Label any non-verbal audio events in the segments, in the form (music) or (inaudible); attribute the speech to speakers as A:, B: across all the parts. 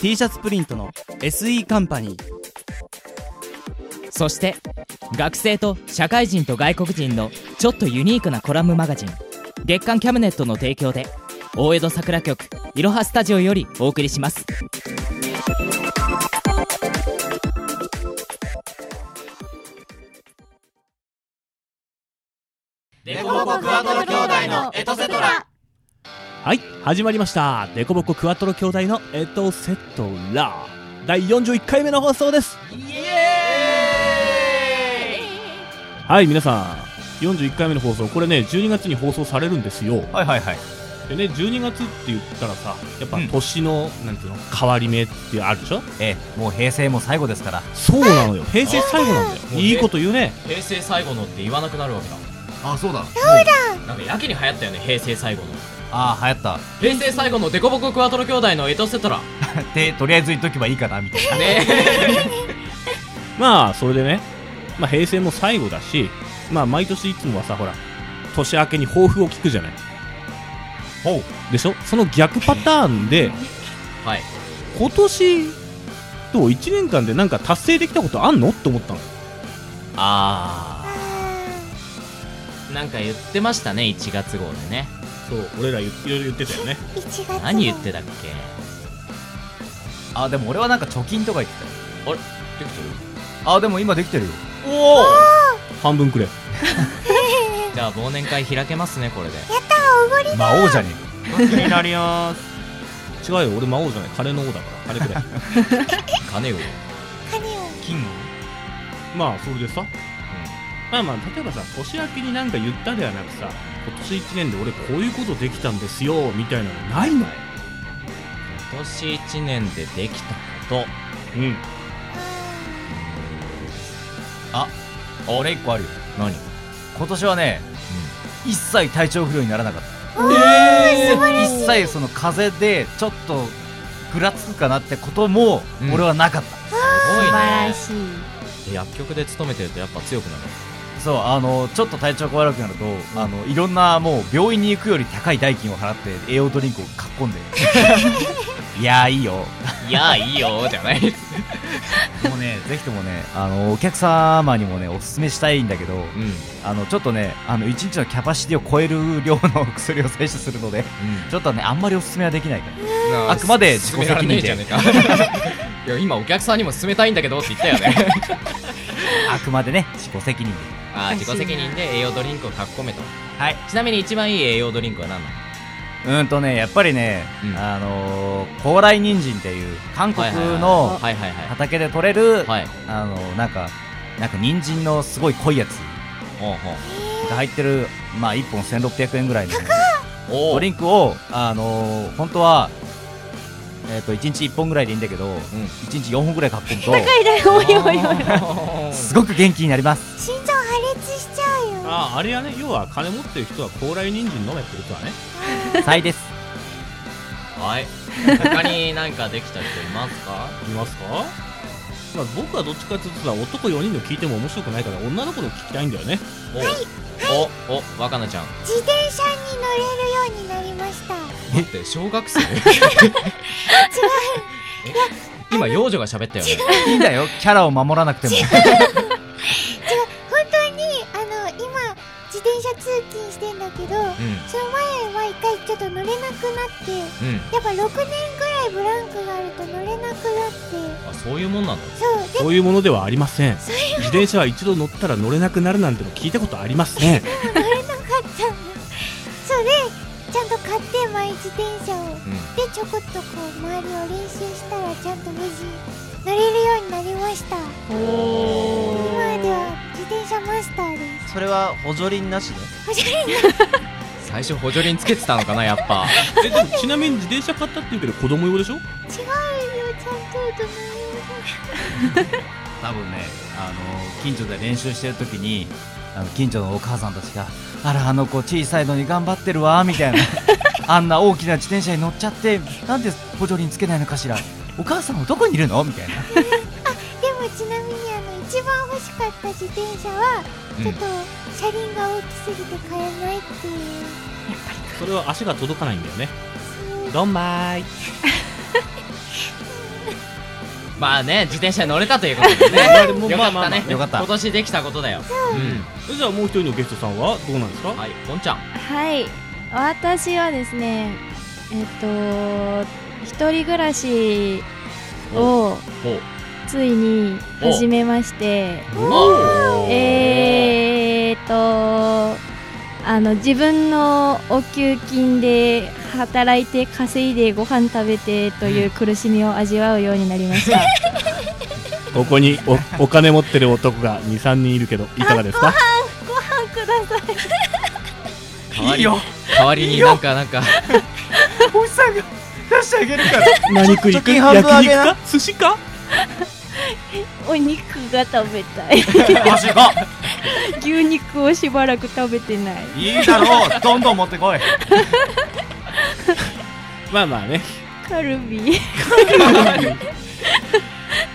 A: T シャツプリントの SE カンパニー
B: そして学生と社会人と外国人のちょっとユニークなコラムマガジン月刊キャムネットの提供で大江戸桜局いろはスタジオよりお送りします
C: デコボコクワトロ兄弟のエトセトラ
D: はい始まりましたデコボコクワトロ兄弟のエトセトラ第41回目の放送です
C: イエ
D: はい皆さん41回目の放送これね12月に放送されるんですよ
E: はいはいはい
D: でね12月って言ったらさやっぱ年の、なんていうの変わり目ってあるでしょ
E: ええもう平成も最後ですから
D: そうなのよ平成最後なんだよいいこと言うね
F: 平成最後のって言わなくなるわけだ
G: あそうだ
F: なんかやけに流行ったよね平成最後の
E: ああ流行った
F: 平成最後のデコボコクワトロ兄弟のエトセトラ
E: でとりあえず言っとけばいいかなみたいな
F: ね
D: まあそれでね、まあ、平成も最後だしまあ毎年いつもはさほら年明けに抱負を聞くじゃない
E: ほう
D: でしょその逆パターンで
F: はい
D: 今年と1年間でなんか達成できたことあんのって思ったの
F: あーなんか言ってましたね1月号でね
D: そう俺らいろいろ言ってた
F: (laughs)
D: よね
C: ー1月
F: 何言ってたっけ
E: あでも俺はなんか貯金とか言って
F: できて
E: たよあでも今できてるよ
F: るおお
D: 半分くれ
F: じゃあ忘年会開けますねこれで
E: 魔王じゃね
D: 違うよ俺魔王じゃない金の王だから金くれ
F: 金を
C: 金を
F: 金
D: (laughs) まあそれでさ、まあまあ例えばさ年明けになんか言ったではなくさ今年1年で俺こういうことできたんですよみたいなのないの
F: 今年1年でできたこ
D: うん
E: あ俺1個あるよ
F: と何
E: 今年はね、一切体調不良にならなかった
F: え
E: 一切その風邪でちょっとぐらつくかなってことも
F: うん
E: 俺はなかった、
F: すごいね
C: しい
F: 薬局で勤めてるとやっぱ強くなる
E: そうあのちょっと体調が悪くなると、あのいろんなもう病院に行くより高い代金を払って栄養ドリンクをかっこんでいやーいいよも
F: いやいいよじゃ (laughs) ないう
E: ねぜひともねあのお客様にもねおすすめしたいんだけど
F: うんうん
E: あのちょっとねあの1日のキャパシティを超える量の薬を摂取するので (laughs) ちょっとねあんまりおすすめはできない (laughs) からあくまで自己責任で
F: 勧められねえじゃねえか (laughs) いや今お客さんにも勧めたいんだけどって言ったよね
E: あくまでね自己責任で
F: (laughs) ああ自己責任で栄養ドリンクをかっこめと
E: はい
F: ちなみに一番いい栄養ドリンクは何なの
E: うーんとねやっぱりね、
F: うん
E: あのー、高麗人参っていう韓国の
F: はいはいはい
E: 畑で採れる、
F: はいはい
E: あのー、なんかなんか人参のすごい濃いやつ
F: おう
E: が入ってるまあ1本1600円ぐらいの
F: おうお
E: ド
F: う
E: リンクをあのー、本当はえっ、と1日1本ぐらいでいいんだけど、1日4本ぐらい買っこむと
C: いだよおいおいおい
E: すごく元気になり (laughs) ます
C: 心臓破裂しちゃうよ
D: あああれやね要は金持ってる人は高麗人参飲めってことはね
E: 最です
F: はい他になんかできた人いますか
D: いますかまあ僕はどっちかっていうとさ男4人の聞いても面白くないから女の子の聞きたいんだよね
F: おうおお若菜ちゃん
C: 自転車に乗れるようになりました
F: 待って小学生今幼女が喋ったよね
E: いいんだよキャラを守らなくても
C: 本当にあの今自転車通勤してんだけど
F: うん
C: その前は一回ちょっと乗れなくな
F: う
C: って
F: ん
C: やっぱ6年ぐらいブランクがあると乗れなくなって
F: あそういうもんなんだ
C: そうで
D: そういうものではありません自転車は一度乗ったら乗れなくなるなんての聞いたことありません
C: 乗れなかったの (laughs) そうでちゃんと買ってマイ自転車を、でちょこっとこう周りを練習したらちゃんと無事乗れるようになりました
G: お
C: 今では
G: ー
C: 自転車マスターで
H: それは補助輪なしで
C: すおしゃれな
F: 最初補助輪つけてたのかなやっぱ
D: えでもちなみに自転車買ったって言うけど子供用でしょ
C: 違うよちゃんと大人
E: 多分ねあの近所で練習してる時にあの近所のお母さんたちが「あらあの子小さいのに頑張ってるわ」みた (laughs) いなあんな大きな自転車に乗っちゃってなんで補助輪つけないのかしらお母さんはどこにいるのみたいな
C: でもちなみにあの一番欲しかった自転車はちょっと車輪が大きすぎて買えないっていう、
D: それは足が届かないんだよね
C: そう
D: ドンマイ
F: まあね自転車に乗れたということで
D: でも
F: ねよ
D: まあ
F: かっ
D: まあ
F: た
D: まあ
F: ね
E: よかった
F: 今年できたことだよ
D: じゃあもう一人のゲストさんはどうなんです
F: うん
D: か
F: はいポンちゃん
G: はい私はですねえっ、と一人暮らしを
F: ほう
G: ついに始めまして
F: お
G: えーっとあの自分のお給金で働いて稼いでご飯食べてという苦しみを味わうようになりました
D: ここにおお (laughs) 金持ってる男が23人いるけどいかがですか
G: ご飯 (laughs) ください
F: 代わりに代わりになんかなんか
E: おじさんが出してあげるから
D: 何食い行く
H: 貯金半分あ
D: 焼
H: げ
D: 肉
H: な
D: か寿司か
G: お肉が食べたい
E: (laughs) マジか
G: 牛肉をしばらく食べてない
E: いいだろうどんどん持ってこい
D: まあまあね
G: カルビ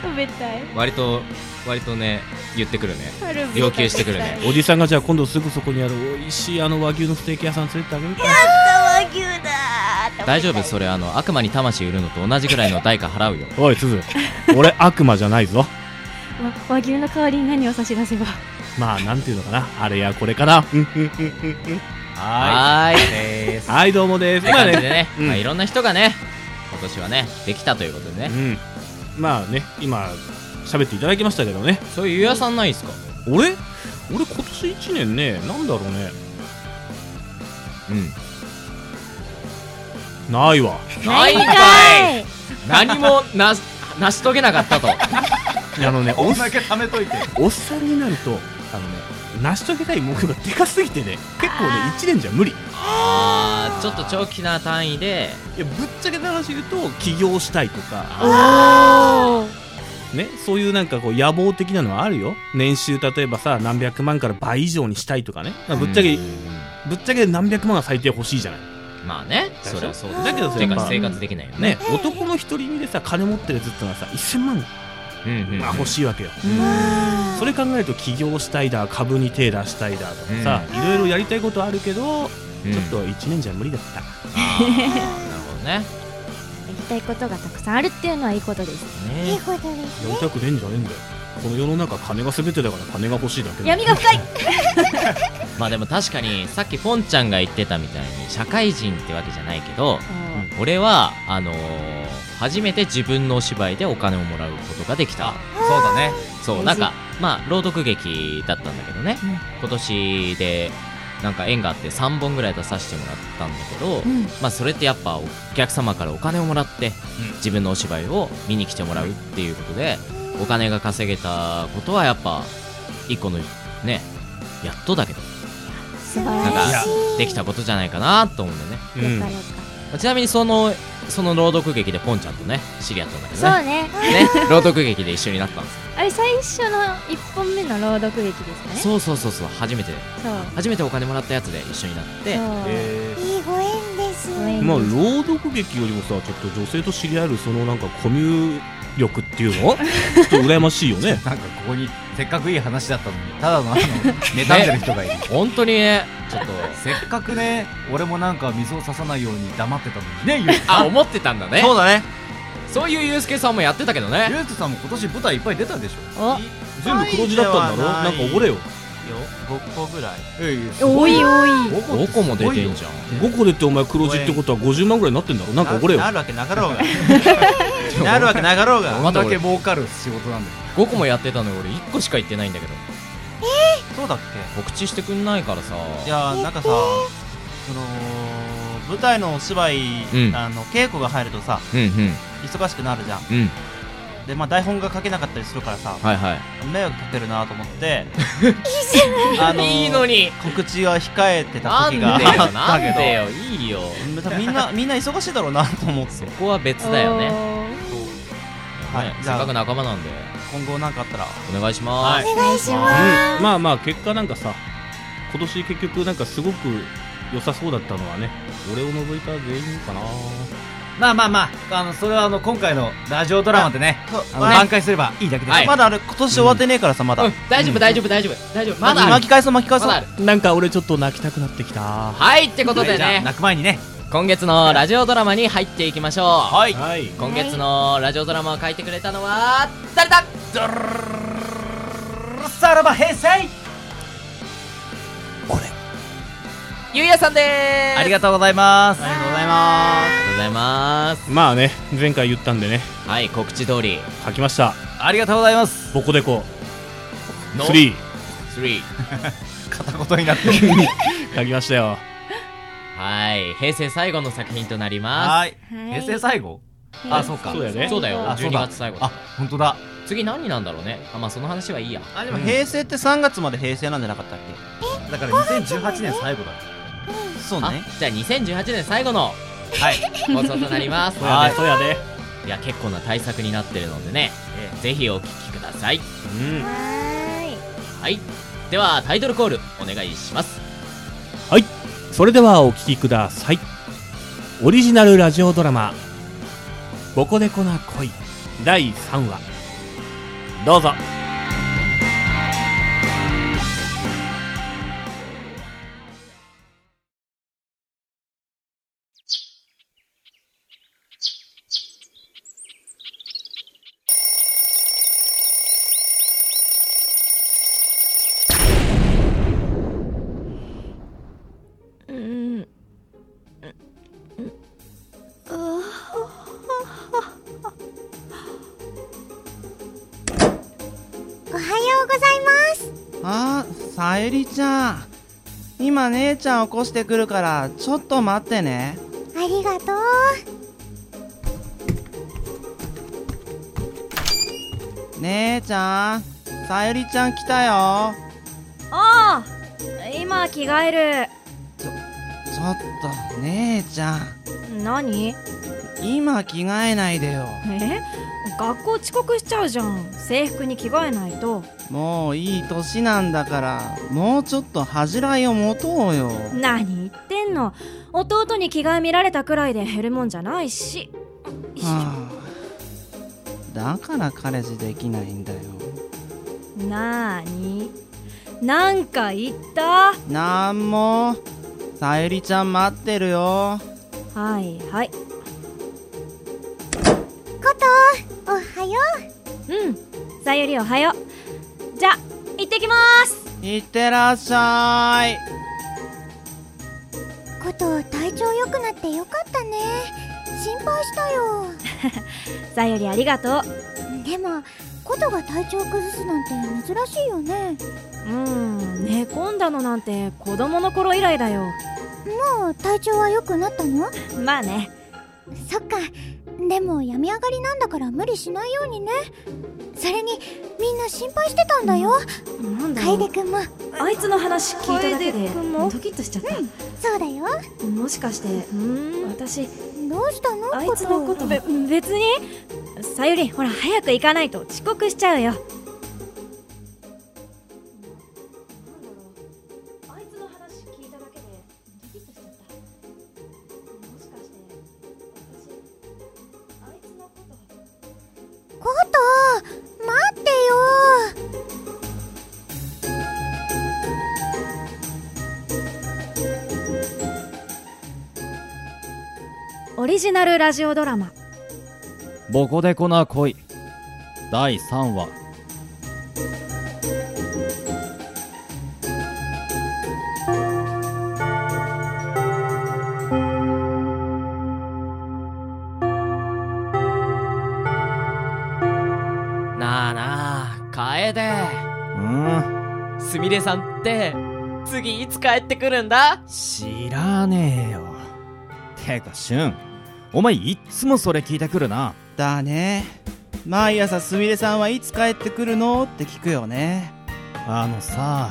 G: 食べたい
F: 割と割とね言ってくるね
G: カルビ食べたい
F: 要求してくるね
D: おじさんがじゃあ今度すぐそこにある美味しいあの和牛のステーキ屋さん連れてってあげるか
C: 和牛だー
F: 大丈夫それあの悪魔に魂売るのと同じぐらいの代価払うよ
D: おいすず俺悪魔じゃないぞ
G: わ和牛の代わりに何を差し出せば
D: まあなんていうのかなあれやこれかなうんうんうん
F: はーい
D: はいどうもです
F: って
D: まあ
F: 感じ
D: ね
F: でね、
D: うん
F: まあ、いろんな人がね今年はねできたということで
D: う
F: ね、
D: んまあね今喋っていただきましたけどね
F: そういうゆうやさんないですか
D: 俺俺今年1年ねなんだろうね
F: うん
D: ないわ
F: ないんかい何もなし成し遂げなか
D: (laughs)
F: ったと
D: あ
F: (laughs)
D: のね
E: こんだけ貯めといて
D: おっさんになるとあのね成し遂げたい目標がでかすぎてね結構ね1年じゃ無理い
F: あーちょっと長期な単位で
D: やぶっちゃけた話言うと起業したいとか
G: おお
D: ねそういうなんかこう野望的なのはあるよ年収例えばさ何百万から倍以上にしたいとかね、まあぶっちゃけ
F: うん
D: ぶっちゃけ何百万は最低欲しいじゃない
F: まあね
D: しょ
F: それはそう
D: だけどそ
F: て
D: れ
F: か
D: まあ
F: 生活できないよね
D: ね男の一人身でさ金持ってるやつってのはさ1000万
F: うんうんうん
D: が欲しいわけよ、
C: わー
D: それ考えると起業したいだ株に手出したいだとかさ、
F: う
D: いろいろやりたいことあるけど、
F: うん
D: ちょっと1年じゃ無理だった
F: あーなるほどね
G: やりたいことがたくさんあるっていうのはいいことです
C: (laughs) いいことです
D: やりたくねえんじゃねえんだよこの世の中金が全てだから金が欲しいだけだ
G: 闇が深い
F: まあでも確かにさっきポンちゃんが言ってたみたいに社会人ってわけじゃないけど俺はあのー初めて自分のお芝居でお金をもらうことができた
E: そうだね
F: そうなんかまあ朗読劇だったんだけどね、今年でなんか縁があって3本ぐらい出させてもらったんだけど、まあそれってやっぱお客様からお金をもらって自分のお芝居を見に来てもらうっていうことでお金が稼げたことはやっぱ一個のねやっとだけど
G: 素晴
F: なん
G: らし
F: かできたことじゃないかなと思うんだよね、
D: う
G: いよ
D: ん
G: かよか
F: まあちなみにそのその朗読劇でポンちゃんとね知り合ったんだけど
G: そう
F: ね
G: ね
F: ね朗読劇で一緒になったんです
G: あれ最初の1本目の朗読劇ですかね
F: そうそうそうそう初めて
G: そう
F: 初めてお金もらったやつで一緒になって
G: そう
C: いいご縁です
G: ご縁
D: まあ朗読劇よりもさちょっと女性と知り合えるそのなんかコミュ力ってい
G: (laughs)
D: うのちょっと羨ましいよね
E: なんかここにせっかくいい話だったのにただのあ (laughs) の妬んでる人がいる
F: 本当にねちょっと
E: せっかくね俺もなんか水を差さないように黙ってたのにねゆうすけさ
F: (laughs) あ
E: ん
F: 思ってたんだね
H: そうだね
F: そういうユうスケさんもやってたけどね
E: ゆうすけさんも今年舞台いっぱい出たでしょ
G: お
D: 全部黒字だったんだろ
H: な
D: ないん
H: じゃない
D: かおごれよ
E: 5個ぐらい
B: えいえ
I: 多い多い
F: 5個も出てんじゃん
D: 5個出てお前黒字ってことは50万ぐらいになってんだろなんか怒れよ
E: なるわけなかろうがなるわけなかろうが
B: こんだけ儲かる仕事なんだよ
F: 5個もやってたのに俺1個しか行ってないんだけど
E: そうだっ
F: 告知してくんないからさ
E: けいやーなんかさその舞台のお芝居、
F: うん
E: あの稽古が入るとさ
F: うんうん
E: 忙しくなるじゃん
F: うん
E: でまあ台本が書けなかったりするからさ
F: はいはい
E: 迷惑かけるなと思ってあのー
F: いいのに
E: 告知は控えてた
F: なん
E: 時
F: で
E: が
F: よ
E: あ
F: な
E: った
F: ん
E: けど
F: でよいいよ
E: 多分みんなみんな忙しいだろうなと思って
F: そこは別だよね
E: はい
F: ね
E: じ
F: せっ
E: ゃ
F: かく
E: あ
F: 仲間なんで
E: 今後何かあったら
F: お願いしま
C: お願いします
D: うんまあまあ結果なんかさ今年結局なんかすごく良さそうだったのはね俺を除いた全員かな
B: まあまあまああのそれはあの今回のラジオドラマでね
E: そう
B: あの
E: まあ
B: 挽回すればいいだけです、
F: はい
E: まだあれ今年終わってねえからさまだ
F: す大丈夫大丈夫大丈夫大丈夫まだあ
E: 巻
F: る
E: き返そう巻き返
F: ま
E: そう
F: だある
D: なんか俺ちょっと泣きたくなってきた
F: はいってことで
B: じゃあ
F: ね
B: 泣く前にね
F: 今月のラジオドラマに入っていきましょう
E: はい
D: はい
F: 今月のラジオドラマを書いてくれたのは誰だ
B: さらば平成
F: ゆうやさんです
B: ありがとうございます
E: ありがとうございま
F: ありがとうございます
D: まあね前回言ったんでね
F: はい告知通り
D: 書きました
B: ありがとうございます
D: ボコデコ
F: の
D: 3
F: 3
B: 片言になって (laughs)
D: 書きましたよ
F: はい平成最後の作品となりま
B: はい平成最後
I: は
B: あ
I: い
B: そうか
D: そうだよ
F: す
D: ね
F: そうだよ
B: あそう
F: 12
B: だ
F: 月最後
B: あ本当だ
F: 次何なんだろうねあまあその話はいいや
E: すあでも平成って3月まで平成なんじゃなかったっ
B: だから2018年最後だ
E: けそう
F: あ
E: ね
F: じゃあ2018年最後の
B: はい
F: 放送となり
B: (laughs)
F: ます
D: そうやねそうやね
F: いや結構な対策になってるのでねぜひお聞きください
D: うん
C: は
F: はいではタイトルコールお願いします
D: それではお聴きくださいオリジナルラジオドラマ「ボコデコな恋」第3話どうぞ
I: うん
C: ーいおはようございます
E: あーさゆりちゃん今姉ちゃん起こしてくるからちょっと待ってね
C: ありがとう
E: 姉ちゃんさゆりちゃん来たよ
I: ああ今着替える
E: ちょっと姉ちゃん
I: 何
E: 今着替えないでよ
I: え学校遅刻しちゃうじゃん制服に着替えないと
E: もういい年なんだからもうちょっと恥じらいを持とうよ
I: 何言ってんの弟に着替え見られたくらいで減るもんじゃないし
E: はあだから彼氏できないんだよ
I: なーになんか言った
E: なんもさゆりちゃん待ってるよ
I: はいはい
C: ことおはよ
I: うんさゆりおはようじゃ行ってきまーす
E: いってらっしゃいう
C: こと体調良くなってよかったね心配したよ
I: さゆりありがとう
C: でもことが体調崩すなんて珍しいよね
I: うん寝込んだのなんて子供の頃以来だよ
C: もう体調は良くなったの
I: まあね
C: そっかでも病み上がりなんだから無理しないようにねそれにみんな心配してたんだよ
I: なんだろう
C: 楓くんも
I: あいつの話聞いただけで
J: 楓君も
I: ドキッとしちゃった、
C: そうだよ
J: もしかして私
C: どうしたの
J: あい
C: こ
J: つの
C: と
J: こと
I: べ別にさゆりほら早く行かないと遅刻しちゃうよ
J: あいつの話聞いただけでドキッとしちゃったもしかして私あいつのこと
C: こと待ってよ
I: オリジナルラジオドラマ
B: ボコデコな恋第3話
F: ミレさんって次いつ帰ってくるんだ
E: 知らねえよてかシュンお前いっつもそれ聞いてくるな
H: だね毎朝すみれさんはいつ帰ってくるのって聞くよね
E: あのさ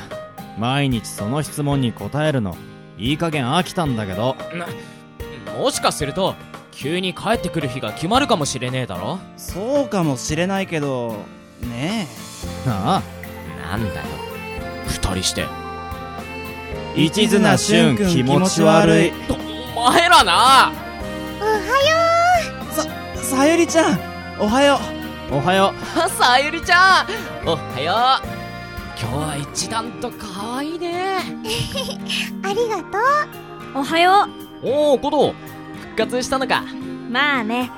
E: 毎日その質問に答えるのいい加減飽きたんだけど
F: もしかすると急に帰ってくる日が決まるかもしれねえだろ
H: そうかもしれないけどね
E: なあ
F: なんだよ二人して
H: 一途な俊君気持ち悪い
F: お前らな
C: おは
H: えさゆりちゃんおはよ
E: おはよ
F: あさゆりちゃんおはよう今日は一段と可愛いね
C: ようありがとう
I: おはよ
F: おおコト復活したのか
I: うまあね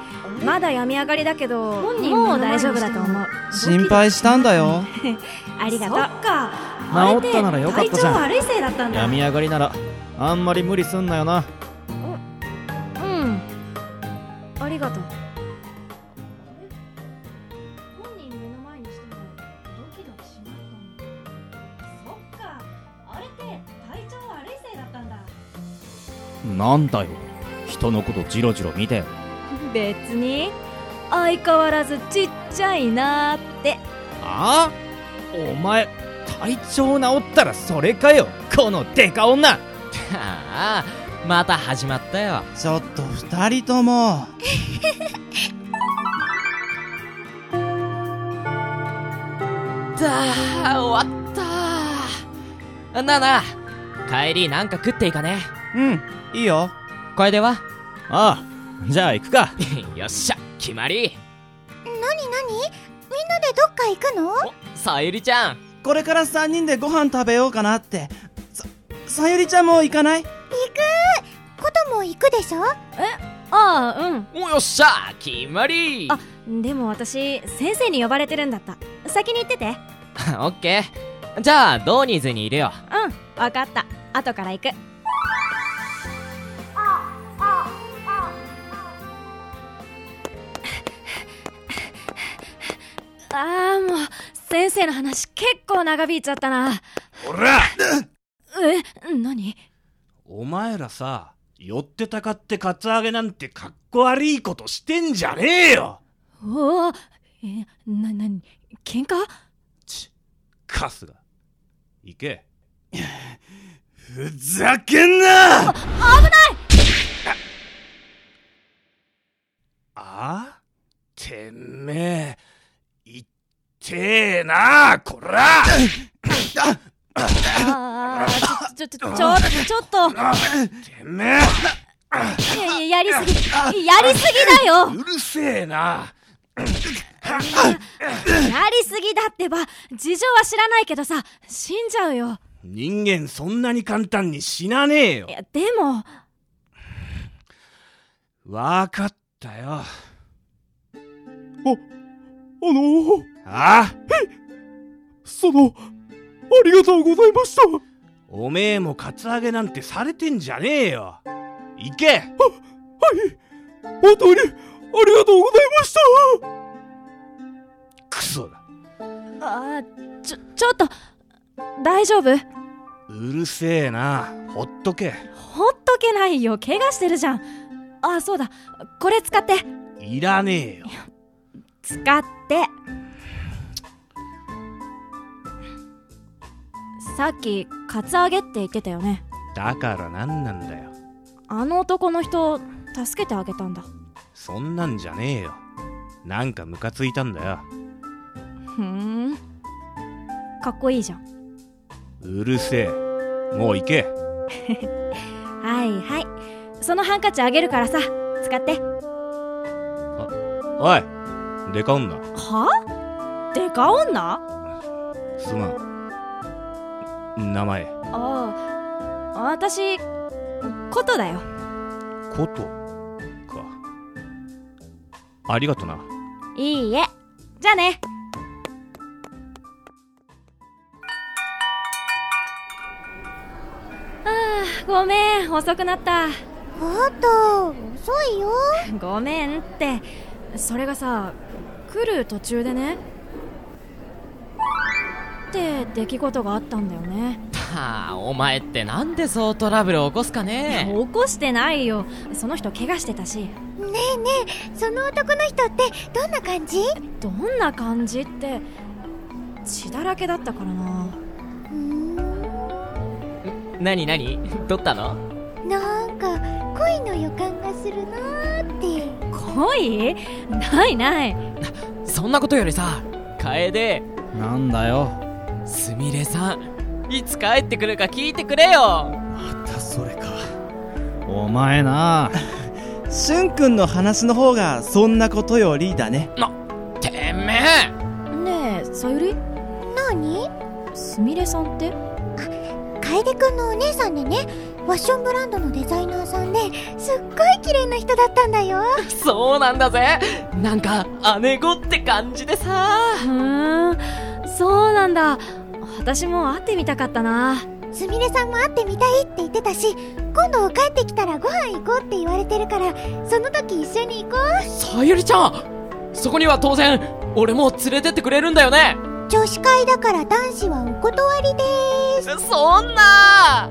I: まだ病み上がりだけどもう大丈夫だと思う
H: う心配したんだよ
I: ありがとう
E: う治ったならよかったじゃん
I: 悪いせいだったん
E: 病み上がりならあんまり無理すんなよな
I: うんありがとう
K: 本人目の前にしてもドキドキしないかもそっかあれって体調悪いせいだったんだ
E: なんだよ人のことジロジロ見て
I: 別に相変わらずちっちゃいなーって
E: ああお前体調治ったらそれかよこのデカ女
F: ああまた始まったよ
H: ちょっと二人とも
F: だー終わったなあなあ帰りなんか食っていかね
H: うんいいよ
F: 楓は
E: ああじゃあ行くか
F: (laughs) よっしゃ決まり
C: なになにみんなでどっか行くの
F: さゆりちゃん
H: これから三人でご飯食べようかなってささゆりちゃんも行かない
C: ことも行くでしょ
I: ああ
F: およっしゃ決まり (laughs)
I: あうんでも私先生に呼ばれてるんだった先に行ってて
F: オッケーじゃあドーニーズにいるよ
I: うんわかった後から行くああもう先生の話結構長引いちゃったな
D: おら
I: え何
D: お前らさ寄ってたかってカツアゲなんてかっこ悪いことしてんじゃねえよ
I: おおえななに喧嘩
D: カスが行けふざけんな危ないああてめえいってえなこら
I: ああちょちょちょちょっとちょっと
D: てめ
I: いやいややりすぎやりすぎだよ
D: えうるせえな
I: やりすぎだってば事情は知らないけどさ死んじゃうよ
D: 人間そんなに簡単に死なねえよ
I: いやでも
D: わかったよ。あ、あのあその、ありがとうございましたおめえもカツアゲなんてされてんじゃねえよ行けはい本当にありがとうございましたクソだ
I: あーちょちょっと大丈夫
D: うるせえなほっとけ
I: ほっとけないよ怪我してるじゃんあーそうだこれ使って
D: いらねえよ
I: 使ってさっきカツアゲって言ってたよね
D: だから何なんだよ
I: あの男の人助けてあげたんだ
D: そんなんじゃねえよなんかムカついたんだよ
I: ふーんかっこいいじゃん
D: うるせえもう行け
I: はいはいそのハンカチあげるからさ使って
D: おいでか女
I: はデカ女
D: すまん名前
I: ああ私ことだよ
D: ことかありがとない
I: いえじゃあねああごめん遅くなった
C: おっと遅いよ
I: ごめんってそれがさ来る途中でねって出来事があったんだよね
F: はあお前ってなんでそうトラブル起こすかね
I: 起こしてないよその人怪我してたし
C: ねえねえその男の人ってどんな感じ
I: どんな感じって血だらけだったからな
F: なになにどったの
C: なんか恋の予感がするなーって
I: 恋ないない
F: そんなことよりさ楓
E: なんだよ
F: すみれさんいつ帰ってくるか聞いてくれよ
E: それかお前な
H: しゅんくんの話の方がそんなことよりだね
F: てめえ
I: ねえさゆり
C: なに
I: すみれさんって
C: 楓くんのお姉さんでねファッションブランドのデザイナーさんですっごい綺麗な人だったんだよ
F: そうなんだぜなんか姉子って感じでさ
I: ふーんそうなんだ私も会ってみたかったな
C: すみれさんも会ってみたいって言ってたし今度帰ってきたらご飯行こうって言われてるからその時一緒に行こう
F: さゆりちゃんそこには当然俺も連れてってくれるんだよね
C: 女子会だから男子はお断りでーす
F: そんな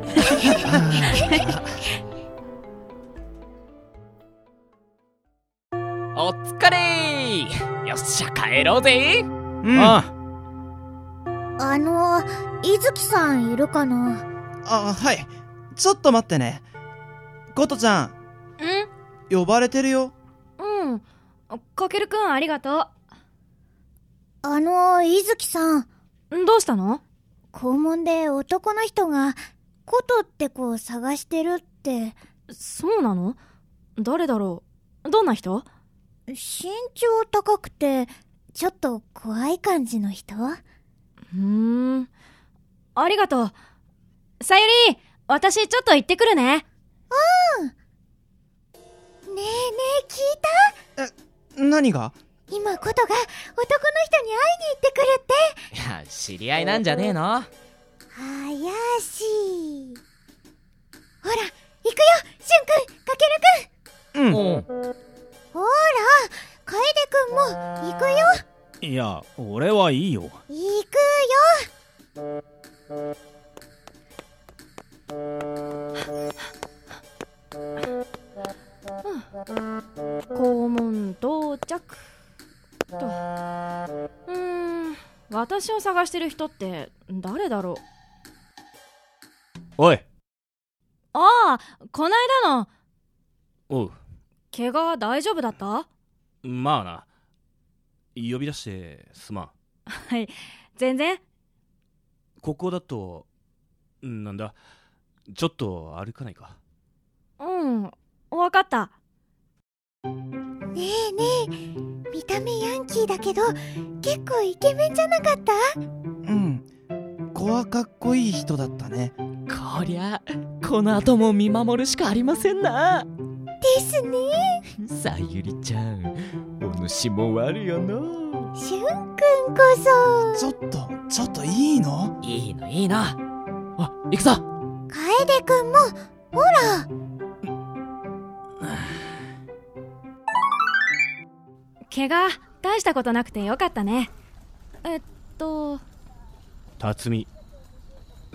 F: お疲れよっしゃ帰ろうぜ
E: うんあ
C: あの伊豆さんいるかな
H: あはいちょっと待ってねことちゃん呼ばれてるよ
I: うんうんかけるくんありがと
C: あの伊豆さん
I: うどうしたの
C: 校門で男の人が琴って子を探してるって
I: そうなの誰だろうどんな人
C: 身長高くてちょっと怖い感じの人
I: うーんありがとうさゆり私ちょっと行ってくるね
C: ねえねえ聞いた
H: 何が
C: 今ことが男の人に会いに行ってくるって
F: いや知り合いなんじゃねえの
C: 怪しいほら行くよしゅんくんかけるくん
H: うん
F: おう
C: ほら楓くんも行くよ
D: いや俺はいいよ
C: 行くよ
I: 校門到着とうーん私を探してる人って誰だろう
D: おい
I: ああこないだの
D: おう
I: 怪我大丈夫だった
D: まあな呼び出してすまん
I: はい全然
D: ここだとんなんだちょっと歩かないか
I: うん分かった
C: ねえねえ見た目ヤンキーだけど結構イケメンじゃなかった
H: うん子はかっこいい人だったね
F: こりゃこの後も見守るしかありませんな
C: ですね
F: さゆりちゃんお主もあるよな
C: しゅんくんこそ
H: ちょっとちょっといいの
F: いいのいいのあ行くぞ
C: 楓くんもほら
I: 怪我大したことなくてよかったねえっと
D: 辰巳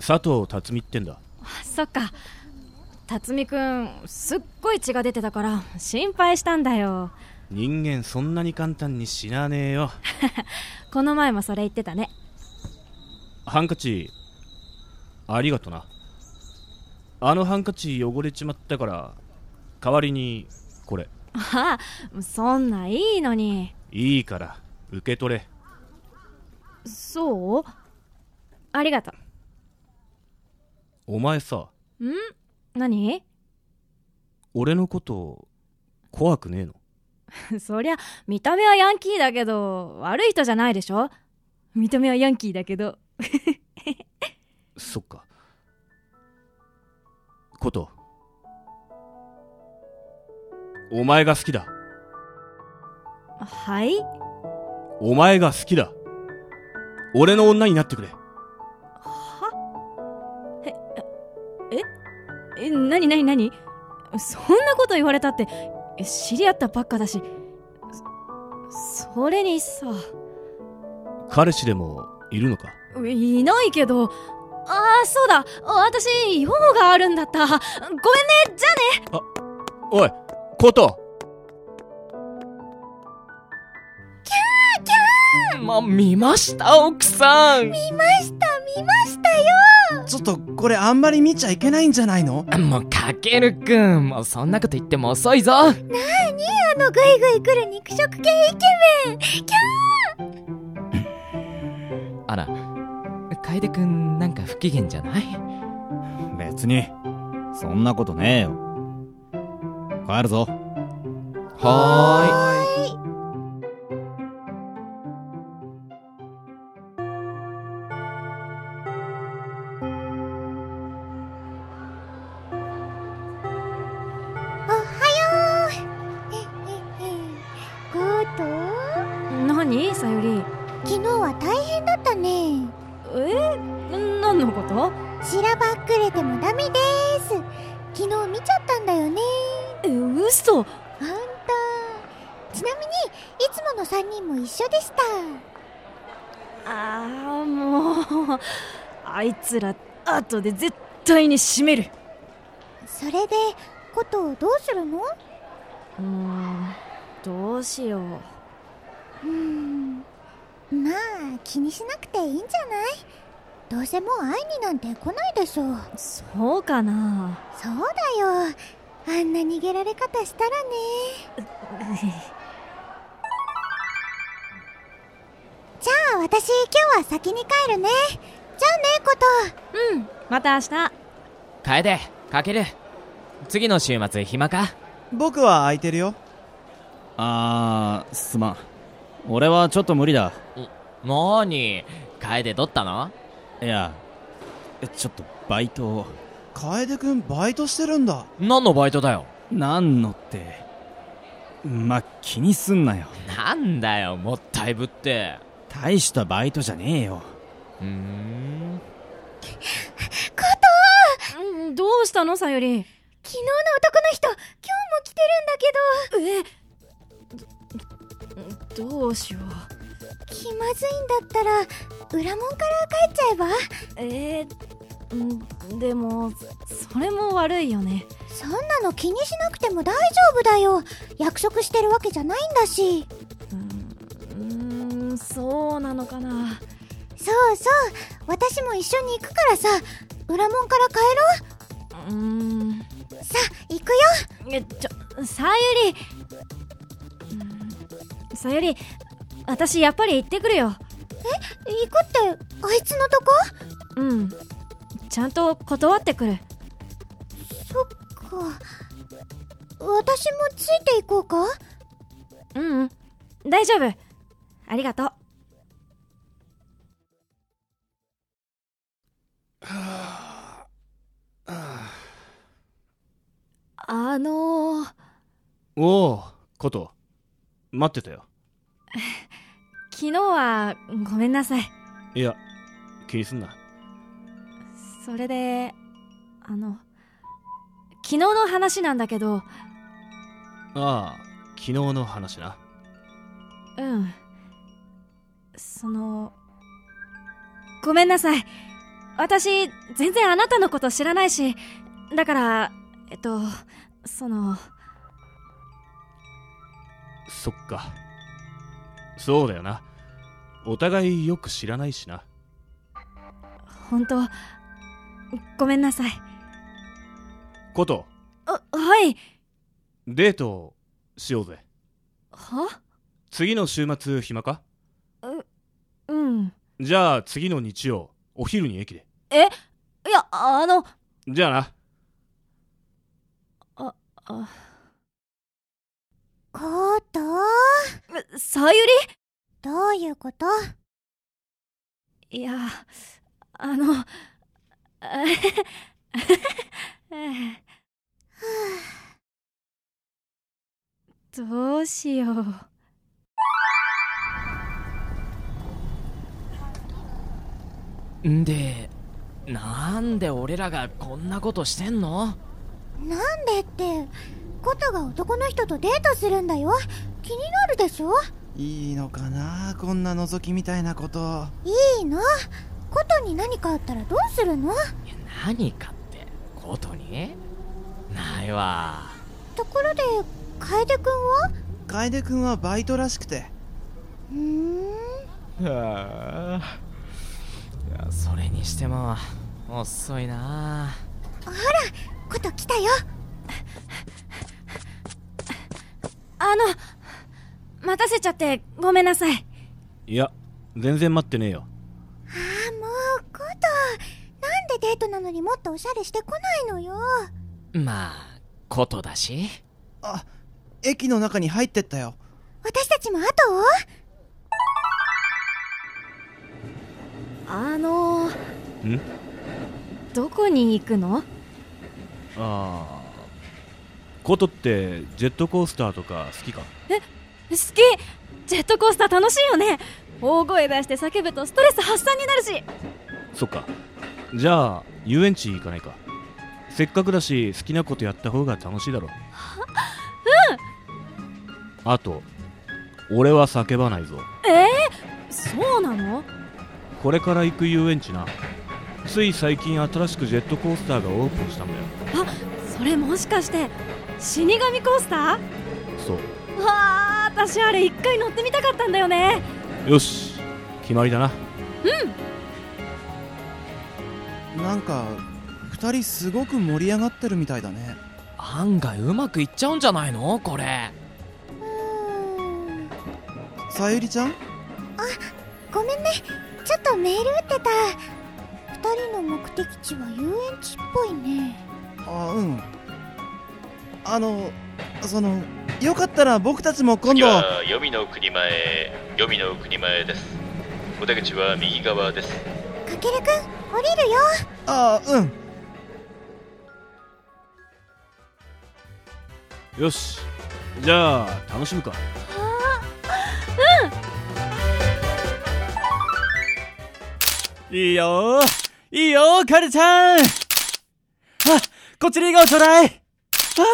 D: 佐藤辰巳ってんだ
I: そっか辰巳くんすっごい血が出てたから心配したんだよ
D: 人間そんなに簡単に死なねえよ
I: この前もそれ言ってたね
D: ハンカチありがとなあのハンカチ汚れちまったから代わりにこれ
I: ああそんないいのに
D: いいから受け取れ
I: そうありがと
D: お前さ
I: ううん何
D: 俺のこと怖くねえの
I: そりゃ見た目はヤンキーだけど悪い人じゃないでしょ見た目はヤンキーだけど
D: そっかことお前が好きだ
I: はい
D: お前が好きだ俺の女になってくれ
I: はえええ何何何そんなこと言われたってえ知り合ったばっかだしそそれにさ
D: 彼氏でもいるのか
I: いないけどああそうだ私用があるんだったごめんねじゃあね
L: おいこと
B: ま、見ました奥さん
C: 見ました見ましたよ
H: ちょっとこれあんまり見ちゃいけないんじゃないの
B: もうかけるくんもうそんなこと言っても遅いぞな
C: なーにあのグイグイ来る肉食系イケメンキャ
B: あら楓くんなんか不機嫌じゃない
M: 別にそんなことねえよ帰るぞはーい
C: ーゴート
I: 何さゆり
C: 昨日は大変だったね
I: え何のこと
C: しらばっくれてもダメです昨日見ちゃったんだよね
I: え嘘あん
C: たちなみにいつもの3人も一緒でした
I: ああもうあいつら後で絶対に閉める
C: それでことをどうするの
I: うーんどうしよう
C: うーんまあ気にしなくていいんじゃないどうせもう会いになんて来ないでしょう
I: そうかな
C: そうだよあんな逃げられ方したらね (laughs) じゃあ私今日は先に帰るねじゃあねこと
I: うんまた明日
F: 楓かける次の週末暇か
H: 僕は空いてるよ
M: あーすまん俺はちょっと無理だ
F: なに楓どったの
M: いやちょっとバイトを
H: 楓くんバイトしてるんだ
F: 何のバイトだよ
M: 何のってまあ気にすんなよ
F: なんだよもったいぶって
M: 大したバイトじゃねえよ
F: うーん
I: うんどうしたのさゆり
C: 昨日の男の人今日も来てるんだけど
I: えどうしよう
C: 気まずいんだったら裏門から帰っちゃえば
I: えー、うんでもそれも悪いよね
C: そんなの気にしなくても大丈夫だよ約束してるわけじゃないんだし
I: うんそうなのかな
C: そうそう私も一緒に行くからさ裏門から帰
I: ろううん
C: さ行くよ
I: えちょさゆりうんさゆり私やっぱり行ってくるよ
C: え行くってあいつのとこ
I: うんちゃんと断ってくる
C: そっか私もついていこうか
I: ううん大丈夫ありがとうあのー、
D: おおこと待ってたよ
I: 昨日はごめんなさい
D: いや気にすんな
I: それであの昨日の話なんだけど
D: ああ昨日の話な
I: うんそのごめんなさい私全然あなたのこと知らないしだからえっとその
D: そっかそうだよなお互いよく知らないしな
I: 本当ごめんなさい
D: こと
I: あはい
D: デートをしようぜ
I: は
D: 次の週末暇か
I: ううん
D: じゃあ次の日曜お昼に駅で
I: えいやあの
D: じゃあな
I: ああ
C: コート
I: さゆり
C: どういうこと
I: いやあの (laughs) えへへえへどうしよう
F: うんでなんで俺らがこんなことしてんの
C: なんでってことが男の人とデートするんだよ気になるでしょ
H: いいのかなこんな覗きみたいなこと
C: いいのコトに何かあったらどうするの
F: 何かってことにないわ
C: ところで楓くんは
H: 楓くんはバイトらしくて
C: うーん
F: はあいやそれにしても遅いなあ
C: ほらコト来たよ
I: あの待たせちゃってごめんなさい
D: いや全然待ってねえよ
C: あもうコトなんでデートなのにもっとおしゃれしてこないのよ
F: まあことだし
H: 駅の中に入ってったよ
C: 私たちも後を
I: あのー、
D: ん
I: どこに行くの
D: ああことってジェットコースターとか好きか
I: え好きジェットコースター楽しいよね大声出して叫ぶとストレス発散になるし
D: そっかじゃあ遊園地行かないかせっかくだし好きなことやった方が楽しいだろあと俺は叫ばないぞ
I: うんえー、そうなの
D: これから行く遊園地なつい最近新しくジェットコースターがオープンしたんだよ
I: あそれもしかして死神コースターわ
D: そ
I: あ私あれ一回乗ってみたかったんだよね
D: うよし決まりだな
I: うん
H: なんか二人すごく盛り上がってるみたいだね
F: 案外うまくいっちゃうんじゃないのこれ
H: さゆりちゃん
C: ごめんねちょっとメール打ってた二人の目的地は遊園地っぽいね
H: あうんあのそのよかったら僕たちも今度
N: 予備の国前予備の国前ですお出口は右側です
C: かけるくん降りるよ
H: あうん
D: よしじゃあ楽しむか
E: いいよいいよカルちゃんあこっちに笑顔ちょうだい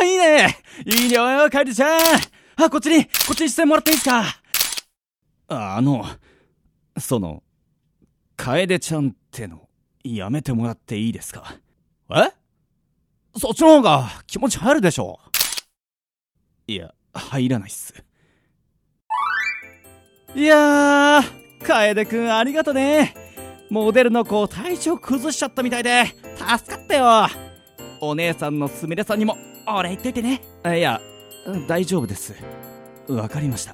E: あいいねいいよカルちゃんあこっちに、こっちにしてもらっていいですか
M: あの、その、楓ちゃんっての、やめてもらっていいですかえそっちの方が気持ち入るでしょいや、入らないっす。
E: いやー、楓くんありがとね。モデルの子、体調崩しちゃったみたいで、助かったよ。お姉さんのすみれさんにも、お礼言っといてね。
M: あいや、大丈夫です。わかりました。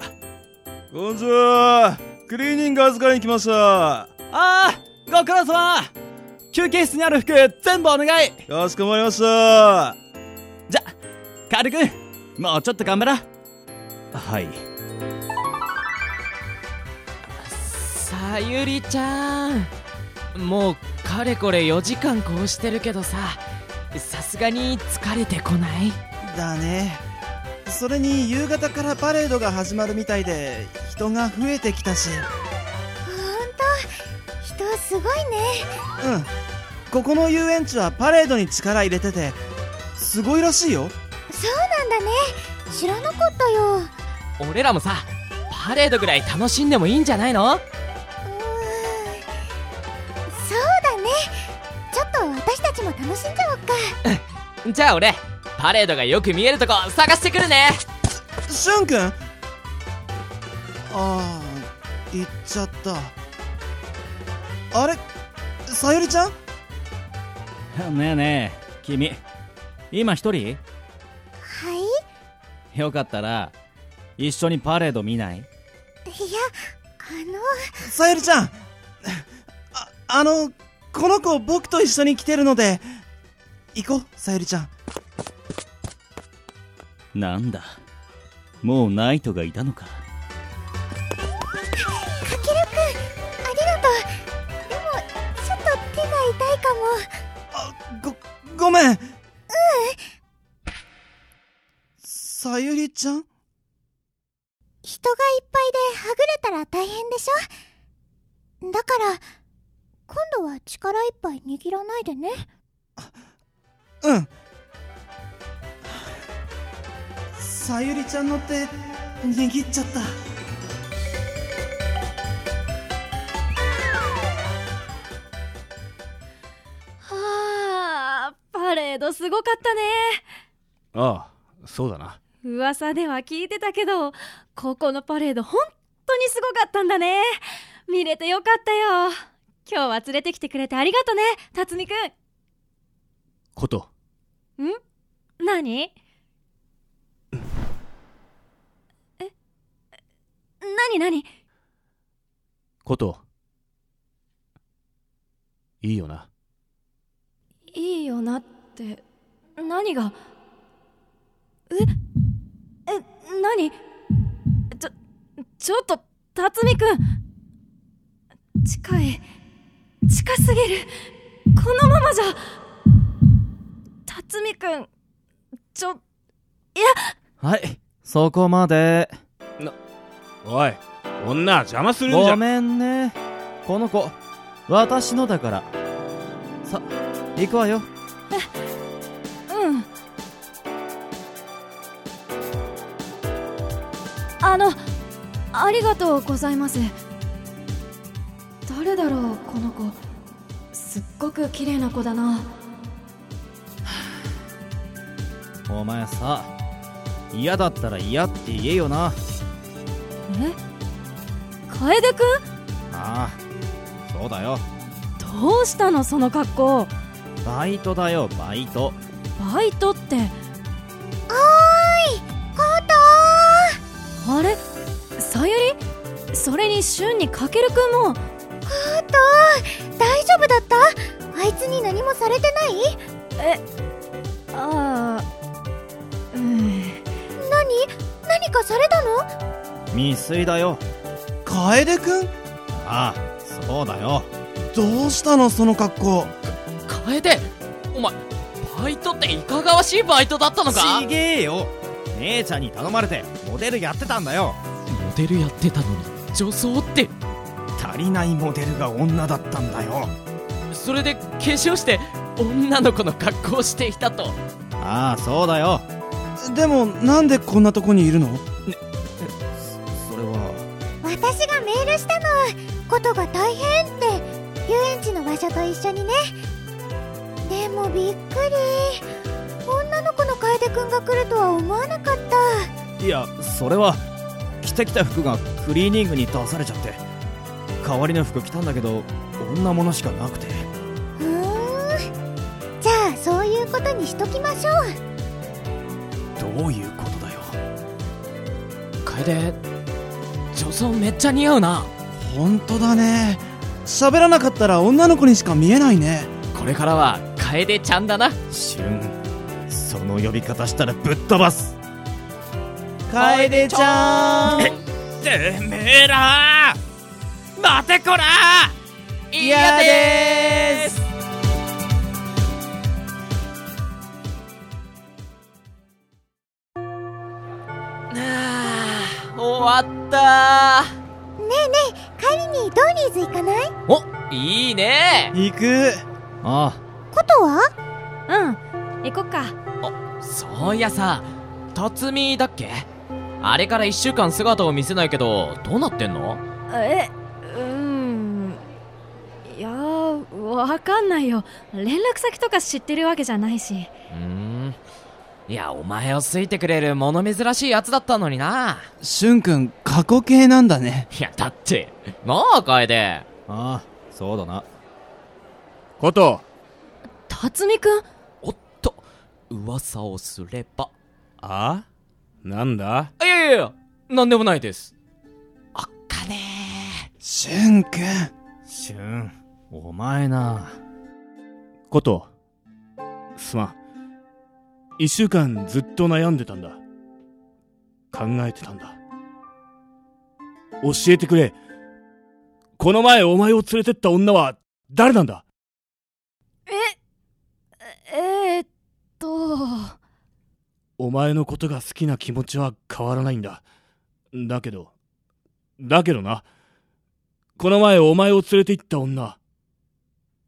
O: こんにちはクリーニング預かりに来ました
E: あー、ご苦労様休憩室にある服、全部お願い
O: かしこまりました
E: じゃ、カルくん、もうちょっと頑張ら。
M: はい。
F: さゆりちゃんもうかれこれ4時間こうしてるけどささすがに疲れてこない
H: だねそれに夕方からパレードが始まるみたいで人が増えてきたし
C: 人すごいね
H: うんここの遊園地はパレードに力入れててすごいらしいよ
C: そうなんだね知らなかったよ
F: 俺らもさパレードぐらい楽しんでもいいんじゃないの
C: そうだねちょっと私たちも楽しんじゃおうか
F: じゃあ俺パレードがよく見えるとこ探してくるね
H: しゅんくんああ行っちゃったあれさゆりちゃん
M: ねえねえ、君、今一人
C: はい
M: よかったら、一緒にパレード見ない
C: いやあの
H: さゆりちゃんああのこの子僕と一緒に来てるので行こうさゆりちゃん
M: なんだ、もうナイトがいたのか。
C: かけるくんありがとうでもちょっと手が痛いかも
H: ごめんさゆりちゃん
C: 人がいっぱいではぐれたら大変でしょだから今度は力いっぱい握らないでね
H: うんさゆりちゃんの手握っちゃった
I: ドすごかったね
D: ああそうだな
I: 噂では聞いてたけど高校のパレード本当にすごかったんだね見れてよかったよ今日は連れてきてくれてありがとね辰巳く
D: こと
I: んん何え何何
D: こといいよない
I: いよなって何がええ何ちょちょっと辰巳くん近い近すぎるこのままじゃ辰巳くんちょいや
E: はいそこまで
D: おい女邪魔するんじゃ
E: ごめんねこの子私のだからさ行くわよ
I: うんあのありがとうございます誰だろうこの子すっごく綺麗な子だな
E: お前さ嫌だったら嫌って言えよな
I: え楓く
E: ああそうだよ
I: んどうしたのその格好
E: バイトだよバイト
I: バイトって
C: おーいコー
I: あれさゆりそれに瞬にかけるくんも
C: トコート大丈夫だったあいつに何もされてない
I: えああうん
C: 何何かされたの
E: 未遂だよ
H: 楓くん
E: ああそうだよ
H: どうしたのその格好
F: 楓お前バイトっていかがわしいバイトだったのか
E: ちげえよ姉ちゃんに頼まれてモデルやってたんだよ
F: モデルやってたのに女装って
E: 足りないモデルが女だったんだよ
F: それで化粧して女の子の格好をしていたと
E: ああそうだよ
H: でもなんでこんなとこにいるの
E: それは
C: 私がメールしたのことが大変って遊園地の場所と一緒にねでもびっくり女の子の楓くんが来るとは思わなかった
E: いやそれは着てきた服がクリーニングに出されちゃって代わりの服着たんだけど女物しかなくて
C: ふーんじゃあそういうことにしときましょう
E: どういうことだよ
F: 楓女装めっちゃ似合うな
H: 本当だね喋らなかったら女の子にしか見えないね
F: これからは楓ちゃんだな
E: 旬その呼び方したらぶっ飛ばす
H: 楓ちゃん
P: てめえら待てこら
H: 嫌でーす
P: 終わった
C: ねえねえ帰りにドーニーズ行かない
P: おいいね
H: 行く
E: あ
C: ことは
I: うん行こっか
F: そういやさ辰巳だっけあれから1週間姿を見せないけどどうなってんの
I: えうーんいやーわかんないよ連絡先とか知ってるわけじゃないし
F: うーんいやお前を好いてくれる物珍しいやつだったのにな
H: しゅんくん過去形なんだね
F: いやだってなあ楓
E: ああそうだな
L: こと
I: 辰巳くん
F: 噂をすれば
D: あなんだ
F: あいやいやいやなんでもないです
H: しゅんくん
E: 旬お前な
D: ことすまん一週間ずっと悩んでたんだ考えてたんだ教えてくれこの前お前を連れてった女は誰なんだ
I: えー、っとあ
D: お前のことが好きな気持ちは変わらないんだだけどだけどなこの前お前を連れて行った女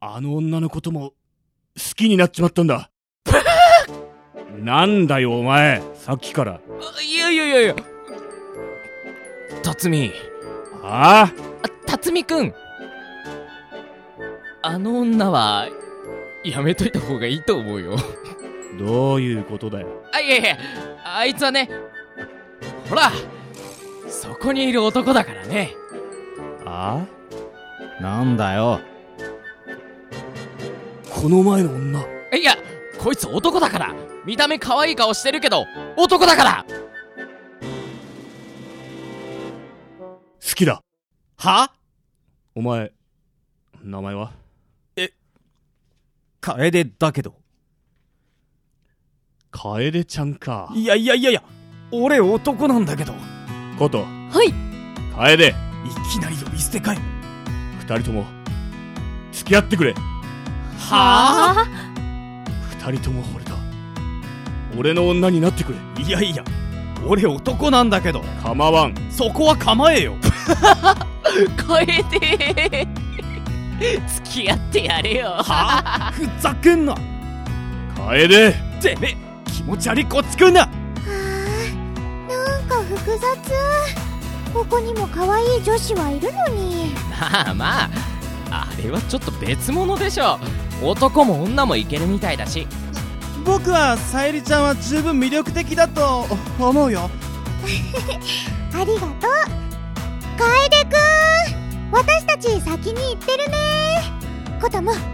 D: あの女のことも好きになっちまったんだ (laughs) なんだよお前さっきから
F: いやいやいやいや辰巳
D: ああ
F: 辰巳くんあの女はやめといた方がいいと思うよ
D: どういうことだよ
F: あいやいやあいつはねほらそこにいる男だからね
B: あなんだよ
Q: この前の女
F: いやこいつ男だから見た目可愛い顔してるけど男だから
D: 好きだ
B: は
D: お前名前は
B: 楓だけど
D: 楓ちゃんか
B: いやいやいやいや俺男なんだけど
D: こと
B: はい
D: 楓
B: いきなり呼び捨てかい
D: 二人とも付き合ってくれ
B: はあ
D: 二人とも惚れた俺の女になってくれ
B: いやいや俺男なんだけど
D: 構わん
B: そこは構えよ
F: 超えて (laughs) 付き合ってやれよ
B: はふざけんな
D: 楓
B: てめえ気持ち悪いこっち来んな
C: なんか複雑ここにも可愛い女子はいるのに
F: まあまああれはちょっと別物でしょ男も女もいけるみたいだし
H: 僕はさゆりちゃんは十分魅力的だと思うよ
C: ありがとう楓くん私たち先に行ってるねことも行こ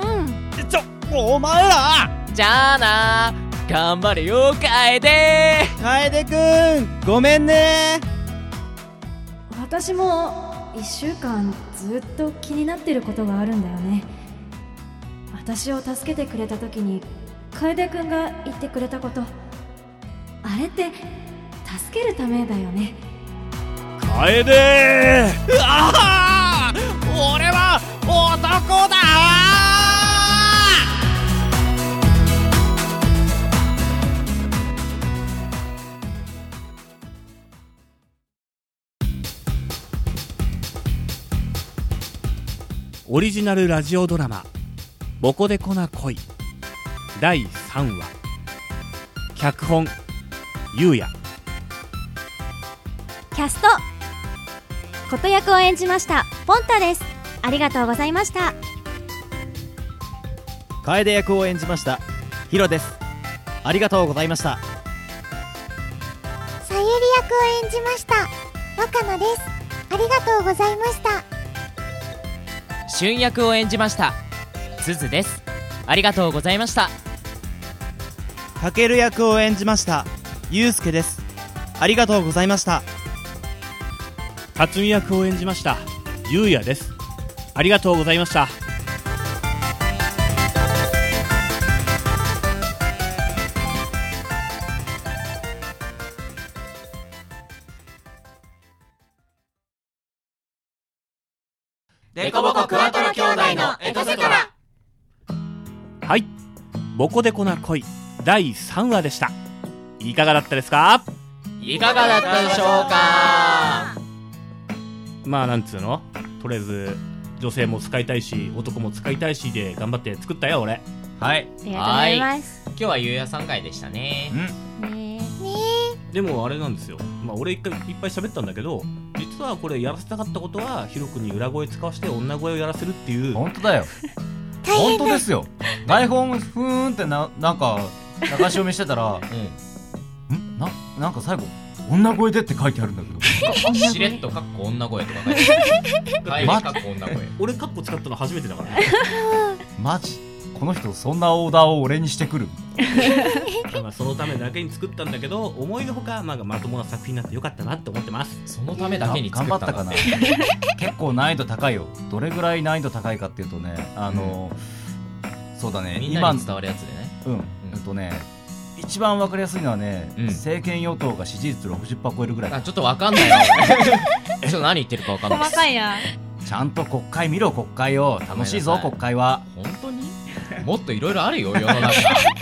C: ううん
B: ちょお前ら
F: じゃあな頑張れよ楓
H: 楓くんごめんね
I: 私も1週間ずっと気になってることがあるんだよね私を助けてくれた時に楓くんが言ってくれたことあれって助けるためだよね
D: 楓
R: ああ俺は男だ
S: オリジナルラジオドラマ「ボコデコな恋」第3話脚本ゆうや
T: キャスト琴役を演じましたポンタですありがとうございました
U: 楓役を演じましたヒロですありがとうございました
C: さゆり役を演じました若菜ですありがとうございました
F: 俊役を演じましたすずですありがとうございました
H: たける役を演じましたゆうすけですありがとうございました
D: 辰巳役を演じましたゆうやですありがとうございました
V: デコボコクワトロ兄弟のエトセトラ
S: はい「ボコデコな恋」第3話でしたいかがだったですか
V: いかがだったでしょうか
D: まあなんつうのとりあえず女性も使いたいし男も使いたいしで頑張って作ったよ俺
T: あ
F: はい
T: りがとうございます
F: 今日はゆうやさん会でしたね
T: ね
D: でもあれなんですよ、まあ、俺一回いっぱい喋ったんだけど実はこれやらせたかったことはヒロ君に裏声使わせて女声をやらせるっていう
E: 本当だよ本当ですよ台本ふーんってななんか流し読みして (laughs) たら、んななんか最後女声でって書いてあるんだけど
F: しれっとかっこ女声とか書いてあるかっこ女声
D: 俺カッコ使ったの初めてだからね (laughs)
E: マジこの人そんなオーダーを俺にしてくる
D: まあそのためだけに作ったんだけど思いのほか、まあ、まともな作品になってよかったなって思ってます
F: そのためだけに
E: 頑
F: 作
E: 張
F: っ
E: ったた
F: んだ
E: かな
F: って (laughs)
E: 結構難易度高いよどれぐらい難易度高いかっていうとねあの、そうだね
F: みんな
E: 今
F: に伝わるやつでね
E: うん、えっとね一番わかりやすいのはね、政権与党が支持率60%超えるぐらい
F: あちょっとわかんないなちょっと何言ってるかわかんないです
T: かいな
E: ちゃんと国会見ろ国会を楽しいぞ国会は
F: 本当にもっといろいろあるよ世の中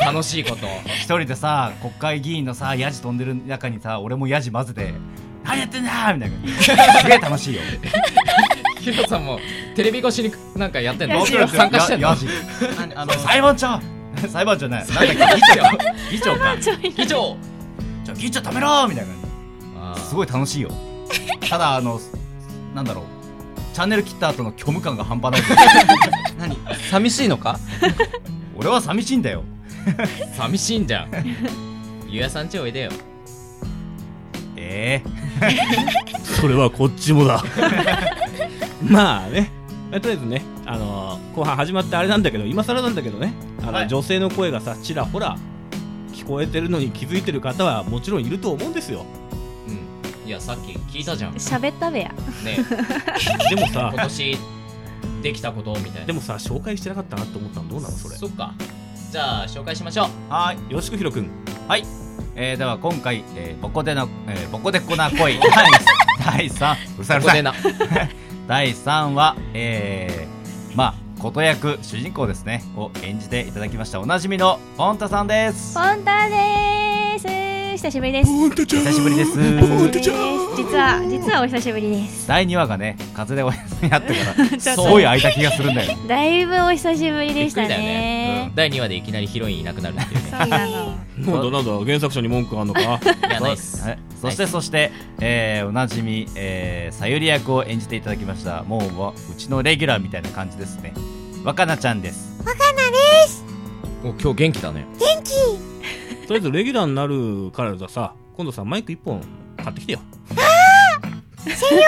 F: 楽しいこと
E: 一人でさ国会議員のさヤジ飛んでる中にさ俺もヤジ混ぜて「何やってんだ!」みたい
F: (laughs)
E: なすげえ楽しいよ
F: ヒロさんもテレビ越しになんかやってんの
E: 僕ら
F: 参加してんの
E: ヤジあの裁判長裁判長ねなんだっけ議長か議長か
F: 議長
E: ちょ議長止めろみたいなすごい楽し (laughs) いよただあのなんだろうチャンネル切った後の (laughs) 虚無感が半端ない何寂しいのか俺は寂しいんだよ
F: 寂しいんじ (laughs) ゃんゆうやさんちおいでよ
E: え
D: それはこっちもだ (laughs) まあねとりあえずね、あのー後半始まってあれなんだけど今更なんだけどねあの、女性の声がさちらほら聞こえてるのに気づいてる方はもちろんいると思うんですよ
F: いやさっき聞いたじゃん
I: 喋ったべや
F: ね
D: でも (laughs) さ
F: 今年できたことみたいな
D: でもさ紹介してなかったなって思ったのどうなのそれ
F: そっかじゃあ紹介しましょう
E: は
D: よろしくひろくん
E: はい、えー、では今回、えー、ボコでの、えー、ボコでこな恋第3う
F: (laughs)
E: さるさい第3話えー、まあ琴役主人公ですねを演じていただきましたおなじみのポンタさんです
I: ポンタです久しぶりですポンタちゃん
E: 久しぶりです
I: 実は実はお久しぶりです
E: 第2話がね風邪でお休みあってから
I: (laughs) ちょ
E: す
I: っと
E: ごい空いた気がするんだ (laughs) よ
I: だいぶお久しぶりでしたね
F: 第2話でいきなりヒロインいなくなる (laughs) っていうね
D: なんだなんだ原作者に文句あんのか (laughs)
F: いやないっす
E: はいそしてそして、えーおなじみ、えーさゆり役を演じていただきましたもうわうちのレギュラーみたいな感じですね若菜ちゃんです
C: 若菜です
F: お今日元気だね
C: 元気
D: とりあえずレギュラーになるからださ今度さマイク1本買ってきてよ
C: 専用マイク専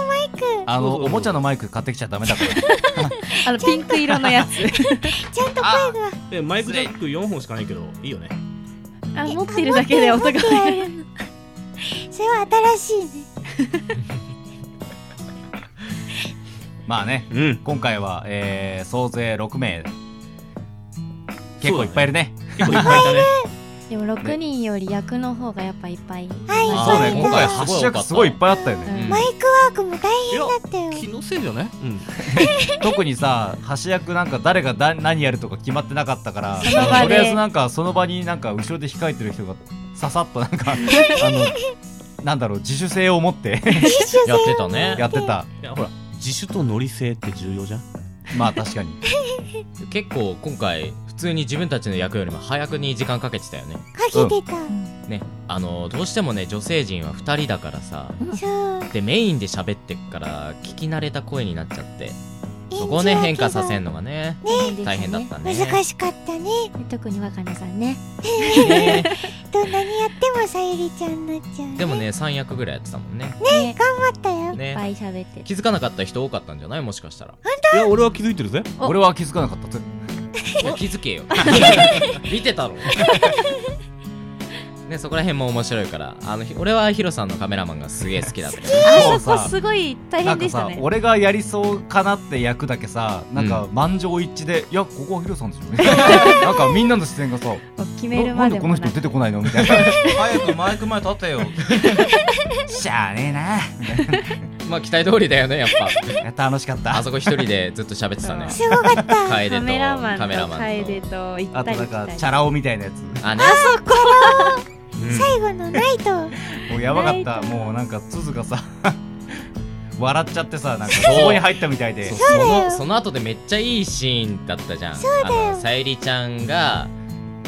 C: 用マイク
E: あのおもちゃのマイク買ってきちゃダメだから (laughs)
I: あのピンク色のやつ
C: ちゃんと声が
D: でマイクジャック4本しかないけどいいよね
I: あ持ってるだけで音が
C: 持ってあるそれは新しいね
E: まあね、今回は、えー総勢6名結構いっぱいいるね
D: 結構いっぱいいた (laughs) ね
I: でも6人より役の方がやっぱいっぱい
E: そうね今回
I: すごい
E: 発射すごいいっぱいあったよね、
C: マイクワークも大変だったよ
D: 気のせいじゃない
E: 特にさ橋役なんか誰がだ何やるとか決まってなかったから
I: その場で
E: とりあえずなんかその場になんか後ろで控えてる人がささっとなん
I: (laughs)
E: かあのなんだろう自主性を持って (laughs)
F: 性を持ってやってたね
E: やってた
D: いやほら自主とノリ性って重要じゃん
E: まあ確かに
F: 結構今回普通に自分たちの役よりも早くに時間かけてたよね
C: かけてた、
F: ねあのどうしてもね女性陣は2人だからさ
C: そう
F: でメインで喋ってっから聞き慣れた声になっちゃってそこをね変化させんのがね
C: ね
F: 大変だったね
C: 難しかった (laughs) ね
I: 特に若菜さんね
C: どんなにやってもさゆりちゃんになっちゃうね
F: でもね3役ぐらいやってたもんね
C: ね頑張ったよ、
F: ねいっぱ
I: い喋って
F: 気づかなかった人多かったんじゃないもしかしたら
D: いや俺は気づいてるぜ
F: お
E: 俺は気づかなかったぜ
F: いや気づけよ見てたろねそこら辺も面白いからあのひ俺はヒロさんのカメラマンがすげえ好きだったけど
E: もう
I: あそこ
E: さ
I: すごい大
E: な
I: 変
E: ん
I: で
E: か
I: した
E: さ
I: ね
E: 俺がやりそうかなって役だけさなんか満場一致で「いやここはヒロさんでしょ」
I: (laughs)
E: みたいななんかみんなの視線がさ
I: 決
E: な
I: める
E: な
I: ま
E: ん
I: で
E: でこ
I: も
E: の
I: な
E: 人出てこないのみたいな
I: (laughs)
W: 早くマイク前立てよ
E: しゃあねえな
F: (laughs) まあ期待通りだよねやっ
E: ぱ楽しかった
F: あそこ一人でずっと喋ってたね
C: すごかった
F: 楓と
I: (laughs) カメラマン
F: カメラ
I: と
F: マン
I: 楓と行ったり来たり
E: チャラ男みたいなやつ
F: あ
C: あそこ最後のナイト
E: もうやばかったもうなんか鈴がさ (laughs) 笑っちゃってさなんかそこに入ったみたいで
F: (laughs) そう
C: そうだよ
F: のその後でめっちゃいいシーンだったじゃん
C: そうだよ
F: あのさゆりちゃんが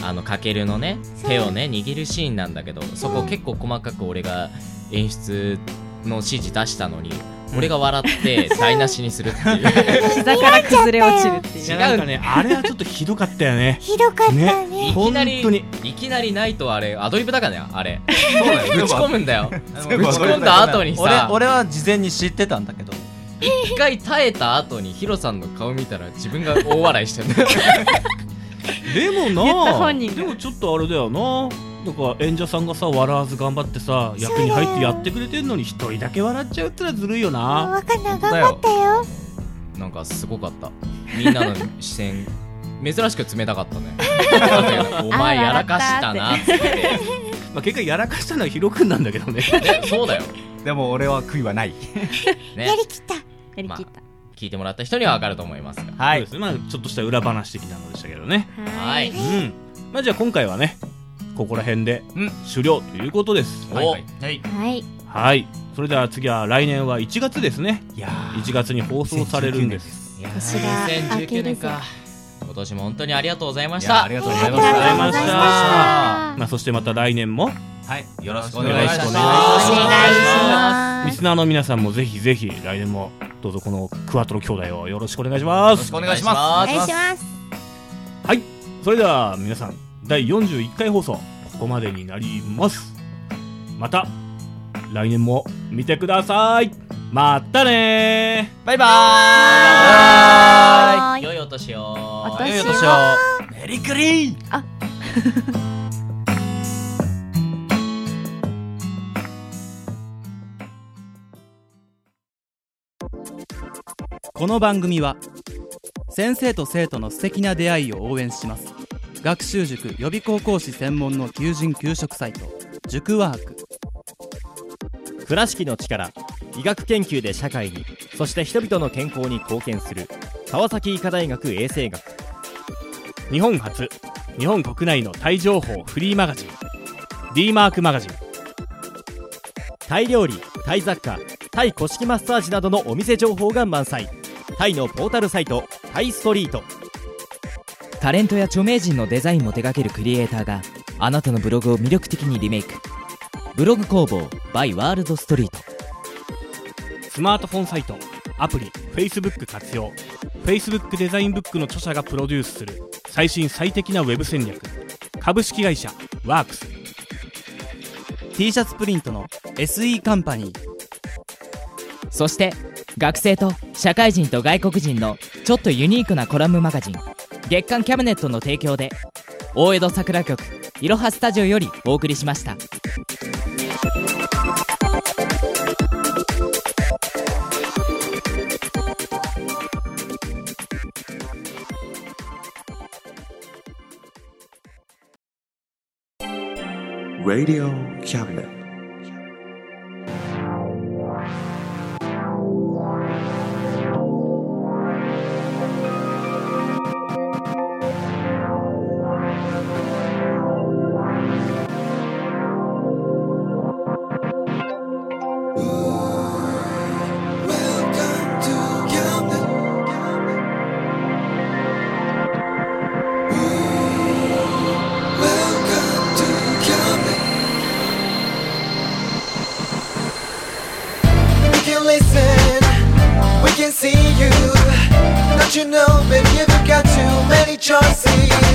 F: あのかけるのね
C: そう
F: 手をね握るシーンなんだけどそこ結構細かく俺が演出の指示出したのに俺が笑
W: (laughs)
F: って台無しにするっていう
I: 膝から崩れ落ちるっていう
D: いやなんかねあれはちょっとひどかったよね
C: ひどかったね
F: いきなりいきなりないとあれアドリブだからねあれ
W: そうだよ
F: ぶち込むんだよぶ
W: そう
F: ち
W: だよ
F: 込んだ後にさ
W: 俺俺は事前に知ってたんだけど
F: 一回耐えた後にヒロさんの顔見たら自分が大笑いしてる
D: (laughs) でもな
F: 言った本
D: でもちょっとあれだよななんか演者さんがさ笑わず頑張ってさ役に入ってやってくれてんのに一人だけ笑っちゃうってのはずるいよな
C: 若菜頑張ったよ
F: なんかすごかったみんなの視線 (laughs) 珍しく冷たかったねだけどお前やらかしたなっつって
D: まあ結果やらかしたのはヒロ君なんだけどね
F: そうだよ
E: でも俺は悔いはない
F: ね
C: やりきったや
I: りきった、
F: 聞いてもらった人には分かると思いますが
D: はいそうですねまあちょっとした裏話的なのでしたけどね
F: は
D: う
F: い
D: んまあじゃあ今回はねここら辺で終了ということです
F: はいはい
E: はい
I: はい
D: はいそれでは次は来年は1月ですね1月に放送されるんです
F: いや
I: 年が明け
F: 2019
I: で
F: 年
I: すよ
F: か今年も本当にありがとうございまし
E: い
F: た
E: やありがとうございましたありがとうございました
D: まあそしてまた来年も
E: はいよろしくお
D: お
E: 願
D: 願
E: い
D: い
E: し
D: し
E: ま
D: ますすリスナーの皆さんもぜひぜひ来年もどうぞこのクワトロ兄弟をよろしくお願いしま
E: よ
D: す
E: ろしくお願いしますお願いします
C: ます
D: はいそれでは皆さん第41回放送ここまでになりますまた来年も見てくださいまたね
I: バイバーイ良いお年を
D: 良いお年を
I: メリクリー
H: この番組は先生と生徒の素敵な出会いを応援します学習塾予備高校師専門の求人・求職サイト塾ワーク
X: 倉敷の力医学研究で社会にそして人々の健康に貢献する川崎医科大学衛生学
D: 日本初日本国内のタイ情報フリーマガジン D マークマガジン
X: タイ料理タイ雑貨タイ古式マッサージなどのお店情報が満載タイのポータルサイトタイストリート
F: タレントや著名人のデザインも手掛けるクリエイターがあなたのブログを魅力的にリメイクブログ工房 by ワールドストリート
D: スマートフォンサイトアプリ Facebook 活用 Facebook デザインブックの著者がプロデュースする最新最適なウェブ戦略株式会社ワークス
H: T シャツプリントの SE カンパニー
F: そして学生と社会人と外国人のちょっとユニークなコラムマガジン月刊キャビネットの提供で大江戸桜局いろはスタジオよりお送りしました。
Y: Radio Cabinet.
B: We can listen, we can see you. Don't you know, baby, you've got too many choices.